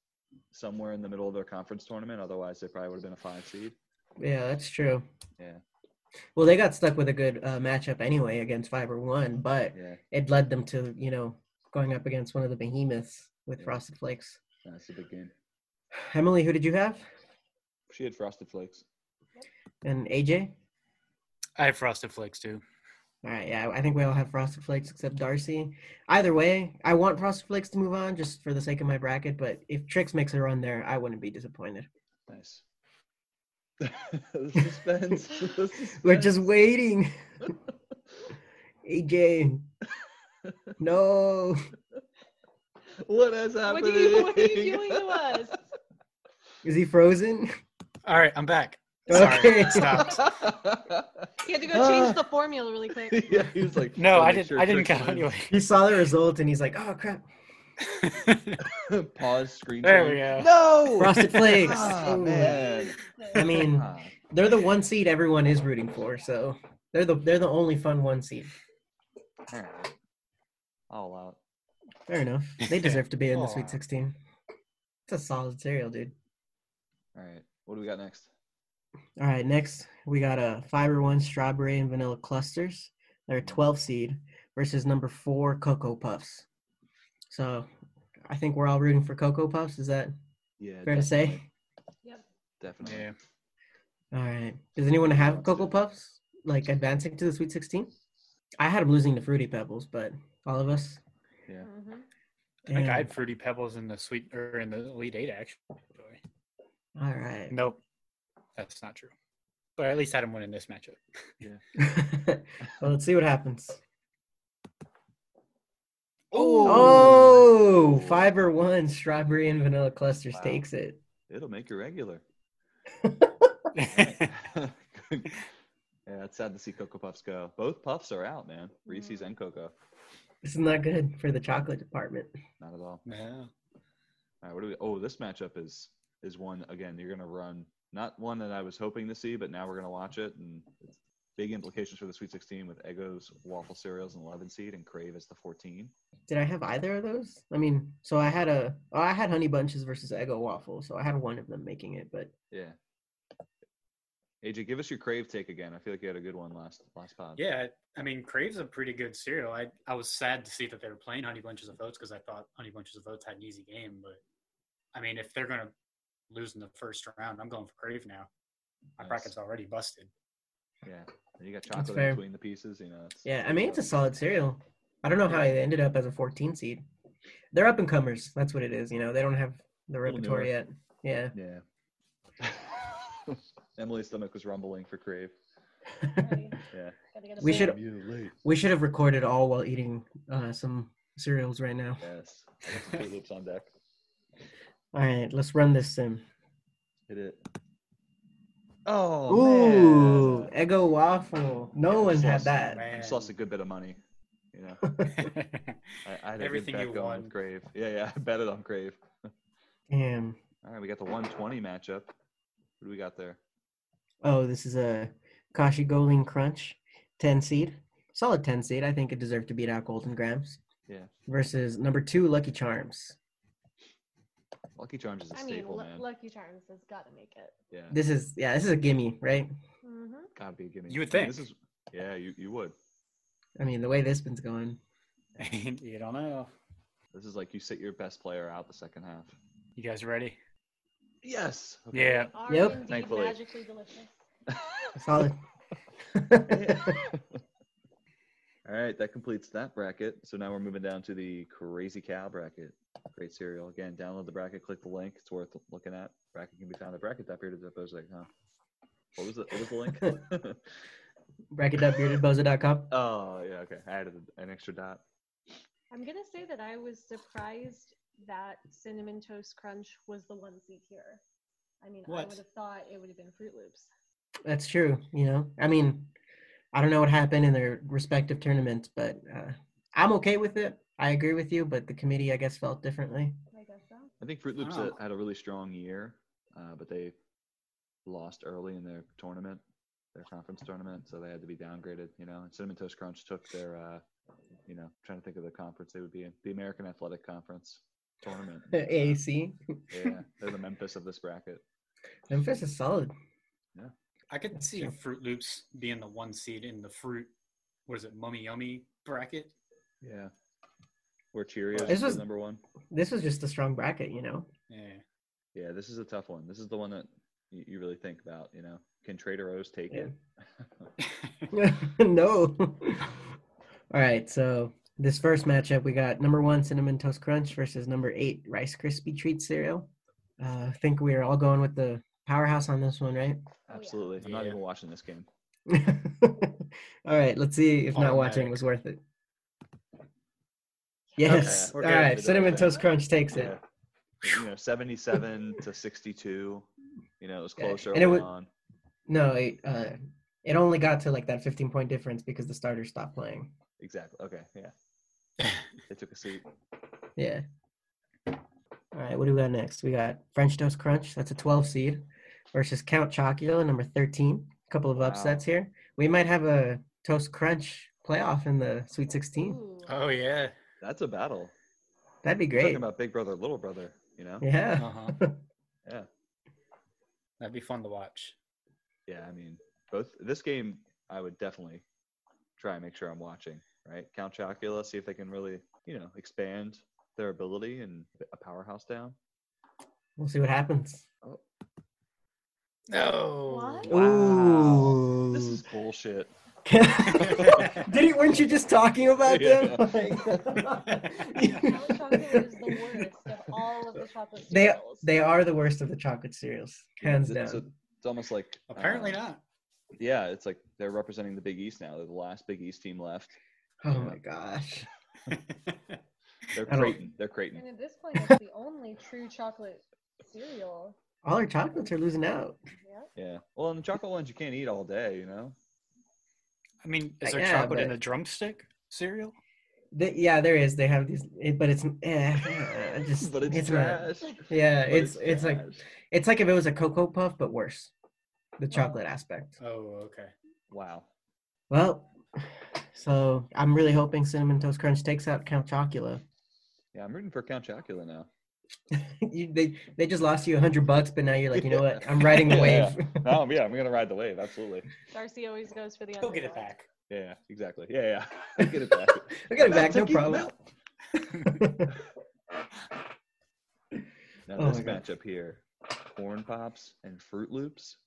E: somewhere in the middle of their conference tournament. Otherwise, they probably would have been a five seed.
C: Yeah, that's true.
E: Yeah.
C: Well, they got stuck with a good uh, matchup anyway against Fiber One, but
E: Yeah,
C: it led them to, you know, going up against one of the behemoths with
E: Yeah.
C: Frosted Flakes.
E: that's a big game.
C: Emily, who did you have?
E: She had Frosted Flakes.
C: And AJ?
F: I have frosted flakes too.
C: All right, yeah, I think we all have Frosted Flakes except Darcy. Either way, I want Frosted Flakes to move on just for the sake of my bracket, but if Trix makes a run there, I wouldn't be disappointed.
E: Nice. the suspense. the
C: We're just
E: suspense.
C: waiting. AJ. No.
E: What has
D: What
E: happened?
D: are, you, what are you doing to us?
C: Is he frozen?
F: All right, I'm back. Sorry,
C: Okay.
F: it stopped.
D: You had to go change the formula really quick.
E: yeah, he was like,
F: No,
E: "Gotta
F: I
E: make
F: didn't.
E: sure
F: I didn't
E: Trix
F: count anyway.
C: He saw the result and he's like, oh crap.
E: wins." Pause screen.
F: there we
E: share.
F: go.
E: No.
C: Frosted Flakes.
E: Ah,
C: Ooh.
E: man.
C: I mean,
E: Ah,
C: they're the one seed everyone is rooting for, so they're the they're the only fun one seed.
E: all right. All out.
C: Fair enough. They deserve to be in the
F: Aw.
C: Sweet 16. It's a solid cereal, dude.
E: All right. What do we got next?
C: All right, next we got a fiber one strawberry and vanilla clusters. They're 12 seed versus number four Cocoa Puffs. So I think we're all rooting for Cocoa Puffs. Is that
E: Yeah.
C: fair to say?
D: Yep.
E: Definitely.
F: Yeah.
C: All right. Does anyone have Cocoa Puffs like advancing to the Sweet 16? I had them losing to Fruity Pebbles, but all of us.
E: Yeah.
D: Mhm.
F: I think I
C: Damn.
F: had fruity pebbles in the sweet or in the elite eight actually.
C: All right.
F: Nope, that's not true. But I at least had him win in this matchup.
C: well, let's see what happens.
E: Oh.
C: Oh, fiber one strawberry and vanilla clusters
E: Wow.
C: takes it.
E: It'll make you regular.
F: yeah,
E: yeah, it's sad to see Cocoa Puffs go. Both puffs are out, man. Reese's and Cocoa.
C: This is not good for the chocolate department.
E: Not at all.
F: no.
E: All right, what do we? Oh, this matchup is is one again. You're gonna run not one that I was hoping to see, but now we're gonna watch it, and it's big implications for the Sweet 16 with Eggo's waffle cereals and 11 seed, and Crave as the 14.
C: Did I have either of those? I mean, so I had a oh, I had honey bunches versus Eggo waffle, so I had one of them making it, but
E: Yeah. AJ, give us your Crave take again. I feel like you had a good one last last pod.
F: Yeah, I mean, Crave's a pretty good cereal. I I was sad to see that they were playing Honey Bunches of Oats because I thought Honey Bunches of Oats had an easy game. But I mean, if they're gonna lose in the first round, I'm going for Crave now. My
E: Nice.
F: bracket's already busted.
E: Yeah. And you got
C: That's
E: chocolate in
C: fair.
E: between the pieces. You know. it's-
C: yeah, I mean it's a solid cereal. I don't know how they ended up as a 14 seed. They're up and comers. That's what it is. You know, they don't have the
E: little
C: repertoire
E: newer.
C: yet. Yeah.
E: Yeah. Emily's stomach was rumbling for Crave.
D: Alrighty,
E: Yeah.
D: gotta get a
C: We
D: bowl.
C: should- we should have recorded all while eating uh, some cereals right now.
E: Yes. Fruit Loops on deck.
C: All right, let's run this sim.
E: Hit it. Oh
C: Ooh,
E: man.
C: Eggo waffle. No one had that.
E: I just lost a good bit of money. You know, I, I had a
F: Everything
E: good bet
F: you
E: going
F: won.
E: with Grave. Yeah, yeah, I bet it on Grave.
C: Damn.
E: All right, we got the 120 matchup. What do we got there?
C: Oh, this is a Kashi Goling Crunch, 10 seed. Solid 10 seed. I think it deserved to beat out Golden Grams.
E: Yeah.
C: Versus number two, Lucky Charms.
E: Lucky Charms is a
D: I mean,
E: staple,
D: Lu-
E: man.
D: Lucky Charms has got to make it.
E: yeah,
C: This is, yeah, this is a gimme, right?
D: hmm
E: gotta be a gimme.
F: You would
E: I mean, this
F: think.
E: is, yeah, you, you would.
C: I mean, the way this one's going.
F: you don't know.
E: This is like you sit your best player out the second half.
F: You guys ready?
E: Yes.
F: Yeah.
D: Are
C: Yep.
D: indeed
E: Thankfully.
D: magically delicious.
C: Solid.
E: All right, that completes that bracket. So now we're moving down to the crazy cow bracket. Great cereal. Again, download the bracket, click the link. It's worth looking at. Bracket can be found at bracket.beardeddepots.com. What was the what was the link?
C: Bracket.beardedboza.com.
E: oh yeah, okay. I added an extra dot.
D: I'm gonna say that I was surprised that cinnamon toast crunch was the one seed here. I mean, I
F: What?
D: would have thought it would have been Fruit Loops.
C: That's true. You know, I mean, I don't know what happened in their respective tournaments, but uh, I'm okay with it. I agree with you, but the committee, I guess, felt differently.
D: I guess so.
E: I think Fruit Loops
F: Oh.
E: had a really strong year, uh, but they lost early in their tournament, their conference tournament, so they had to be downgraded. You know, and Cinnamon Toast Crunch took their, uh, you know, trying to think of the conference they would be in, the American Athletic Conference tournament.
C: AAC.
E: yeah, they're the Memphis of this bracket.
C: Memphis is solid.
F: I could see Fruit Loops being the one seed in the fruit. What is it, Mummy Yummy bracket?
E: Yeah, or Cheerios
C: This
E: is
C: was-
E: number one.
C: This was just a strong bracket, you know?
F: Yeah.
E: Yeah, this is a tough one. This is the one that you, you really think about. You know, can Trader O's take
C: Yeah.
E: it?
C: no. All right, so this first matchup, we got number one cinnamon toast crunch versus number eight rice crispy treat cereal. Uh, I think we are all going with the powerhouse on this one, right?
D: yeah.
E: Absolutely. I'm not
F: Yeah.
E: even watching this game.
C: all right, let's see if not watching
F: Automatic.
C: was worth it. Yes.
E: Okay,
F: we're
C: all
F: good.
C: right, cinnamon toast crunch takes it.
E: Yeah. you know, 77 to 62. You know, it was
C: Yeah,
E: close
C: and
E: early
C: it would-
E: on.
C: No, it, uh, it only got to like that 15 point difference because the starters stopped playing.
E: Exactly. Okay. Yeah. They took a seat.
C: Yeah. All right, what do we got next? We got French Toast Crunch. That's a 12 seed versus Count Chocula, number 13. A couple of
E: Wow.
C: upsets here. We might have a Toast Crunch playoff in the Sweet 16.
D: Ooh.
F: Oh yeah.
E: That's a battle.
C: That'd be
E: Talking
C: great.
E: about big brother, little brother, you know?
C: Yeah.
F: Uh-huh.
E: Yeah.
F: That'd be fun to watch.
E: Yeah. I mean, both this game, I would definitely try and make sure I'm watching, right? Count Chocula, see if they can really, you know, expand their ability and a powerhouse down.
C: We'll see what happens.
F: No.
D: What?
E: Wow.
C: Ooh.
E: This is bullshit.
C: Didn't weren't you just talking about them?
D: Count chocolate is the worst of all of the chocolate
C: they
D: cereals.
C: they are the worst of the chocolate cereals, hands
E: It's-
C: down.
E: It's, it's almost like
F: Apparently
E: uh,
F: not.
E: Yeah, it's like they're representing the Big East now. They're the last Big East team left.
C: oh my gosh.
E: They're
C: I don't-
E: Creighton. They're Creighton.
D: and at this point, it's the only true chocolate cereal.
C: All our chocolates are losing out.
D: Yep.
E: Yeah. Well, and the chocolate ones you can't eat all day, you know.
F: I mean, is there
C: Yeah,
F: chocolate in
C: but-
F: a drumstick cereal?
C: The, yeah, there is. They have these, it- but it's eh, I just
E: but it's,
C: not-
E: trash.
C: Yeah,
E: But
C: it's it's like
E: trash.
C: it's like if it was a cocoa puff, but worse. The chocolate aspect.
F: Oh, okay.
E: wow.
C: Well, so I'm really hoping cinnamon toast crunch takes out Count Chocula.
E: Yeah, I'm rooting for Count Chocula now.
C: you, they they just lost you a hundred bucks, but now you're like, you know what? I'm riding the
E: Yeah.
C: wave.
E: Oh yeah, I'm gonna ride the wave. Absolutely.
D: Darcy always goes for the.
F: Go get it
D: underdog.
F: back.
E: Yeah. Exactly. Yeah. Yeah. Get it back.
C: I got it back, no
E: Milk,
C: problem.
E: milk. Now
C: Oh
E: this
C: my God.
E: matchup here, corn pops and Fruit Loops.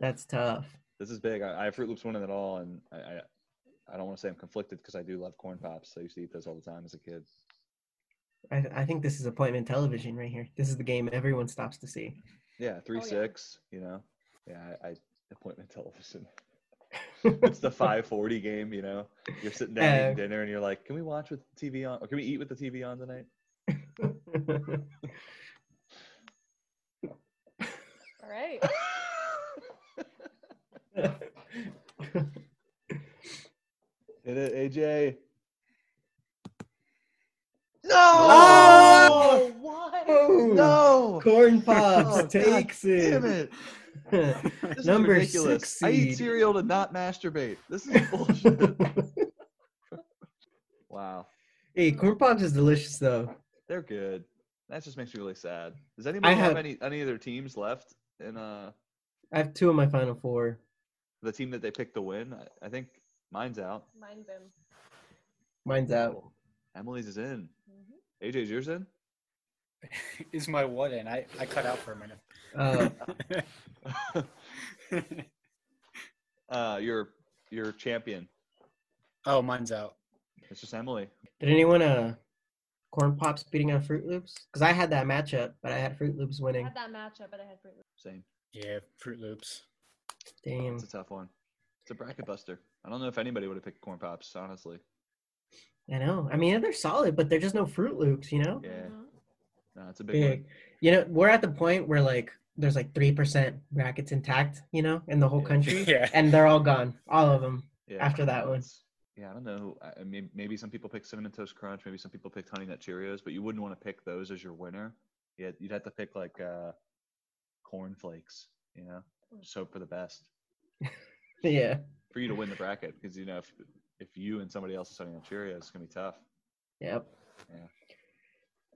C: That's tough.
E: This is big. I, I have Fruit Loops winning it all, and I I, I don't want to say I'm conflicted because I do love corn pops. I used to eat those all the time as a kid.
C: I, I think this is appointment television right here. This is the game everyone stops to see. Oh,
E: Yeah, three
D: yeah.
E: six. You know. Yeah, I, I appointment television. it's the 540 game, you know. You're sitting down
C: Yeah.
E: eating dinner and you're like, can we watch with TV on? Or can we eat with the TV on tonight?
D: All right.
E: Hit it, AJ.
B: No!
C: Oh!
D: what?
C: no!
E: No!
C: Corn Pops
E: Oh, God
C: takes it.
E: Damn it. This is
C: Number
E: ridiculous.
C: six
E: I eat
C: seed.
E: cereal to not masturbate. This is bullshit. wow.
C: hey, Corn Pops is delicious though.
E: They're good. That just makes me really sad. Does anyone have,
C: have-
E: any any of their teams left in uh
C: I have two of my final four.
E: the team that they picked to win? I, I think mine's out.
D: Mine's in.
C: Mine's out.
E: Cool. Emily's is in.
D: Mhm.
E: AJ's yours in?
F: Is my what in? I, I cut out for a minute.
C: Uh,
E: uh your your champion.
F: oh, mine's out.
E: It's just Emily.
C: did anyone uh Corn Pops beating out Fruit Loops? Because I had that matchup, but I had Fruit Loops
D: I
C: winning.
D: had that matchup, but I had Fruit Loops.
E: Same.
F: Yeah, Fruit Loops.
C: Damn.
E: It's a tough one. It's a bracket buster. I don't know if anybody would have picked corn pops, honestly.
C: I know. I mean, yeah, they're solid, but they're just no Fruit Loops, you know?
E: Yeah.
D: Mhm.
E: No, it's a big one.
C: Big. You know, we're at the point where like there's like three percent brackets intact, you know, in the whole
E: Yeah.
C: country,
F: Yeah.
C: and they're all gone, all of them.
E: Yeah.
C: after that one.
E: It's- Yeah, I don't know. I- I mean, maybe some people pick cinnamon toast crunch. Maybe some people picked honey nut Cheerios, but you wouldn't want to pick those as your winner. Yeah, you'd have to pick like uh, corn flakes. You know,
C: Mm.
E: just hope for the best
C: Yeah,
E: for you to win the bracket because you know if if you and somebody else is honey nut Cheerios, it's gonna be tough.
C: yep.
E: Yeah.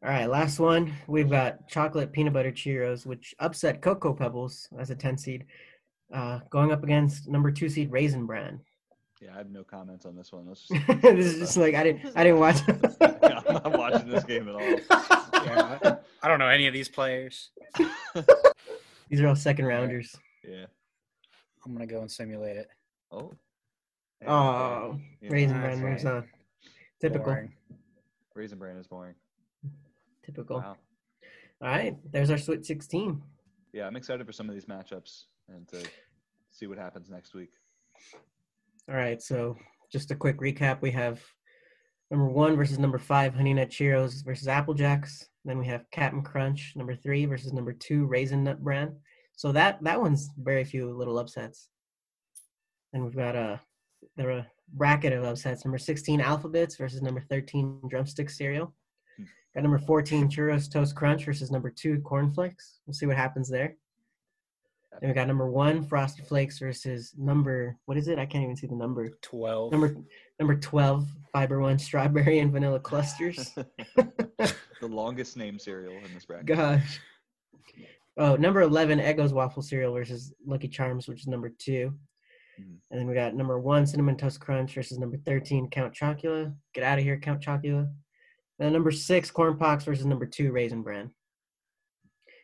C: All right, last one. We've got chocolate peanut butter Cheerios, which upset Cocoa Pebbles as a ten seed, uh, going up against number two seed Raisin Bran.
E: Yeah, I have no comments on this one. Let's just,
C: this is just like I didn't, I didn't watch.
E: yeah, I'm not watching this game at all.
F: Yeah, I don't know any of these players.
C: These are all second rounders.
E: Yeah.
F: I'm gonna go and simulate it.
E: Oh. Yeah,
C: Oh,
E: yeah.
C: Raisin
F: Ah,
C: Bran moves
F: that's right.
C: on. Typical.
F: Boring.
E: Raisin Bran is boring.
C: Typical.
E: Wow.
C: All right, there's our Sweet 16.
E: Yeah, I'm excited for some of these matchups and to see what happens next week.
C: All right, so just a quick recap. We have number one versus number five, Honey Nut Cheerios versus Apple Jacks. Then we have Captain Crunch, number three versus number two, Raisin Nut Bran. So that that one's very few little upsets. And we've got uh, the bracket of upsets. Number 16, Alphabets versus number 13, Drumstick Cereal.
E: Hmm.
C: Got number 14, Churros Toast Crunch versus number two, Cornflakes. We'll see what happens there. Then we got number one, Frosted Flakes versus number, what is it? I can't even see the number.
F: Twelve.
C: Number number twelve, fiber one, strawberry and vanilla clusters.
E: the longest name cereal in this bracket.
C: Gosh. Oh, number eleven, Eggo's waffle cereal versus Lucky Charms, which is number 2
E: Mhm.
C: And then we got number one, cinnamon toast crunch versus number thirteen, Count Chocula. Get out of here, Count Chocula. Then number six, Corn Pox versus number two, Raisin Bran.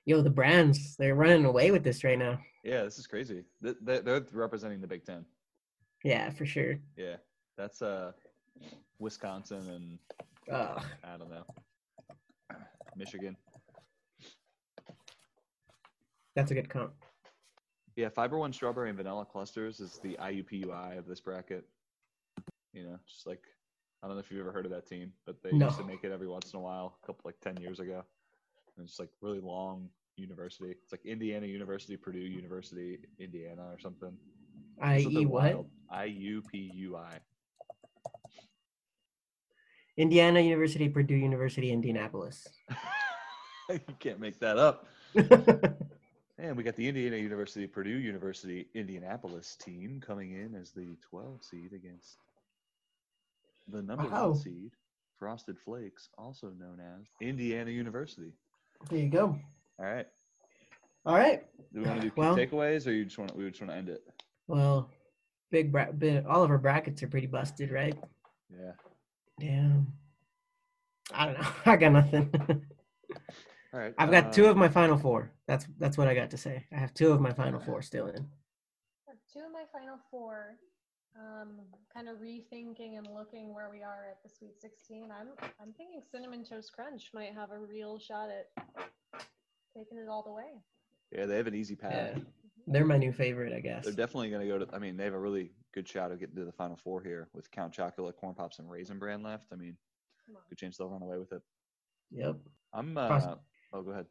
C: Yo, the brands, they're running away with this right now.
E: Yeah, this is crazy. Th- th- They're representing the Big Ten.
C: Yeah, for sure.
E: Yeah, that's uh, Wisconsin and
C: Ugh.
E: I don't know, Michigan.
C: that's a good comp.
E: Yeah, Fiber One Strawberry and Vanilla Clusters is the IUPUI of this bracket. You know, just like I don't know if you've ever heard of that team, but they used to
C: No.
E: make it every once in a while, a couple like ten years ago. And it's like really long university. It's like Indiana University, Purdue University, Indiana or something.
C: IE E what?
E: IUPUI.
C: Indiana University, Purdue University, Indianapolis.
E: you can't make that up.
C: That's
E: And we got the Indiana University, Purdue University, Indianapolis team coming in as the 12 seed against the number
C: Wow.
E: one seed, Frosted Flakes, also known as Indiana University.
C: There you go.
E: All right.
C: All right.
E: Do we want to do key
C: Well-
E: takeaways, or you just want to, we just want to end it?
C: Well, big bra- bit, all of our brackets are pretty busted, right?
E: Yeah.
C: Damn. I don't know. I got nothing.
E: All right.
C: I've got two of my final four. That's that's what I got to say. I have two of my final four still in.
D: I have Two of my final four. Um, kind of rethinking and looking where we are at the Sweet 16. I'm I'm thinking Cinnamon Toast Crunch might have a real shot at taking it all the way.
E: Yeah, they have an easy path.
C: Yeah.
D: Mhm.
C: They're my new favorite, I guess.
E: They're definitely going to go to. I mean, they have a really good shot of getting to the final four here with Count Chocula, Corn Pops, and Raisin Bran left. I mean,
D: Come on.
E: good chance they'll run away with it.
C: Yep.
E: I'm.
C: Poss-
E: Uh, oh, go ahead.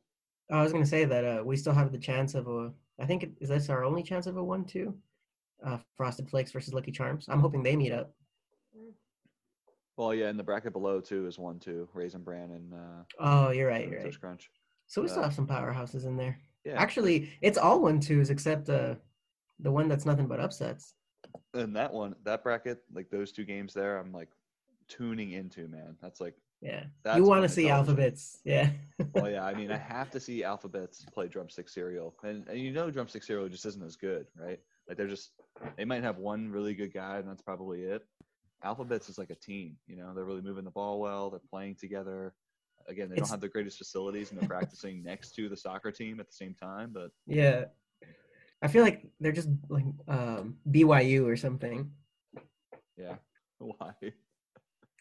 C: I was gonna say that uh, we still have the chance of a. I think it- is this our only chance of a one-two? Uh, Frosted Flakes versus Lucky Charms. I'm hoping they meet up.
E: Well, yeah, and the bracket below too is one, two, Raisin Bran and uh,
C: Oh, you're right. You're
E: Cinnamon
C: right.
E: Toast Crunch.
C: So we still
E: Uh,
C: have some powerhouses in there.
E: Yeah,
C: Actually, it's all one-twos except uh, the one that's nothing but upsets.
E: and that one, that bracket, like those two games there, I'm like tuning into man. That's like,
C: Yeah.
E: that's
C: you want to
E: when the
C: see
E: television-
C: alphabets? Yeah.
E: Well, yeah, I mean, I have to see alphabets play drumstick cereal, and, and you know, drumstick cereal just isn't as good, right? Like they're just, they might have one really good guy, and that's probably it. Alphabets is like a team, you know, they're really moving the ball well, they're playing together. Again, they
C: It's-
E: don't have the greatest facilities, and they're practicing next to the soccer team at the same time, but
C: yeah. I feel like they're just like um, BYU or something.
E: yeah, why?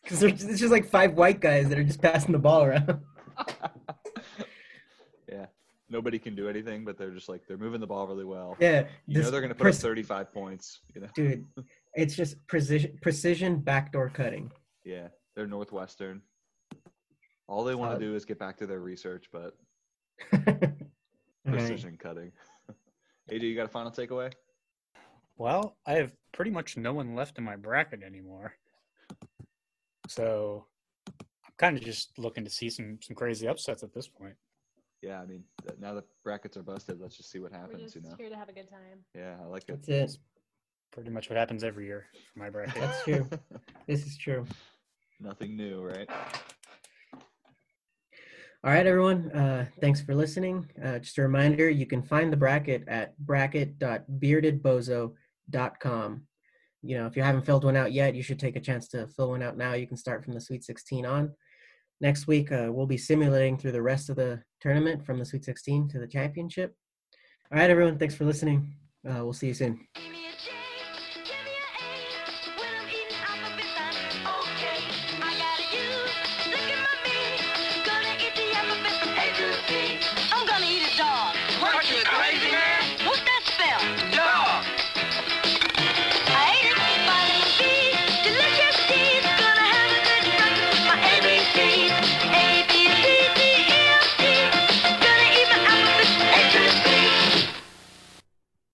C: Because it's just like five white guys that are just passing the ball around.
E: yeah, nobody can do anything, but they're just like they're moving the ball really well.
C: Yeah.
E: You know
C: this
E: they're going to put
C: pers-
E: up 35 points. You know,
C: Dude, it's just precision, precision backdoor cutting.
E: yeah, they're Northwestern. All they want
C: Uh,
E: to do is get back to their research, but
C: All right. Mm-hmm.
E: precision cutting. AJ, you got a final takeaway?
F: Well, I have pretty much no one left in my bracket anymore. So I'm kind of just looking to see some some crazy upsets at this point.
E: Yeah, I mean, th- now that brackets are busted, let's just see what
D: We're
E: happens.
D: just
E: You know?
D: here to have a good time.
E: Yeah, I like it.
C: That's it.
F: Pretty much what happens every year for my bracket.
C: That's true. This is true.
E: Nothing new, right?
C: All right, everyone. Uh, thanks for listening. Uh, just a reminder you can find the bracket at bracket.beardedbozo.com. You know, if you haven't filled one out yet, you should take a chance to fill one out now. You can start from the Sweet 16 on. Next week, uh, we'll be simulating through the rest of the tournament from the Sweet 16 to the championship. All right, everyone. Thanks for listening. Uh, we'll see you soon.
A: Gimme E